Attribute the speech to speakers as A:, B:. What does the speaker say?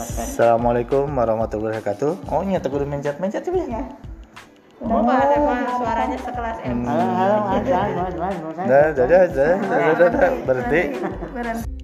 A: Assalamualaikum warahmatullahi wabarakatuh. Oh, nyata kudu mencet-mencet ya.
B: Iya. Udah mah ada mah suaranya sekelas M.
C: Halo, halo, halo, halo, halo, halo, halo.
A: Dah, dah, dah, dah, dah, dah, dah, berhenti.
B: Berhenti.